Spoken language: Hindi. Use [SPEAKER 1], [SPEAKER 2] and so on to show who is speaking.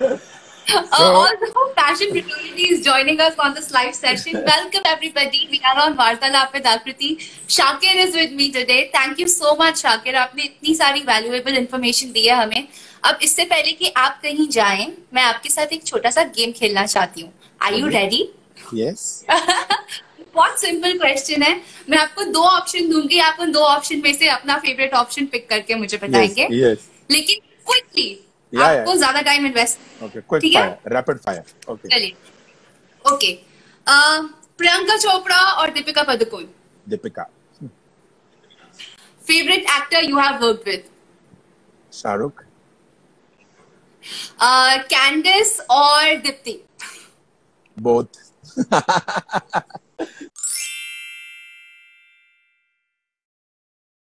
[SPEAKER 1] Uh, also, Fashion Fraternity is joining us on this live session. Welcome, everybody. We are on वार्तालाप with आकृति. Shakir is with me today. Thank you so much, Shakir. आपने इतनी सारी valuable information दी है हमें. अब इससे पहले कि आप कहीं जाएं, मैं आपके साथ एक छोटा सा गेम खेलना चाहती हूँ. Are you ready?
[SPEAKER 2] Yes.
[SPEAKER 1] बहुत सिंपल क्वेश्चन है. मैं आपको दो ऑप्शन दूंगी. आप उन दो ऑप्शन में से अपना फेवरेट ऑप्शन पिक करके मुझे
[SPEAKER 2] Yes.
[SPEAKER 1] बताएंगे.
[SPEAKER 2] Yes.
[SPEAKER 1] लेकिन क्विकली
[SPEAKER 2] Yeah, yeah.
[SPEAKER 1] आपको ज्यादा टाइम इन्वेस्ट
[SPEAKER 2] Okay. Quick
[SPEAKER 1] ठीक है?
[SPEAKER 2] fire. Rapid fire. Okay.
[SPEAKER 1] चलिए ओके प्रियंका चोपड़ा और Deepika Padukone
[SPEAKER 2] Deepika.
[SPEAKER 1] Favourite actor you have work with
[SPEAKER 2] Shahrukh.
[SPEAKER 1] Uh, Candice और दीप्ति
[SPEAKER 2] Both.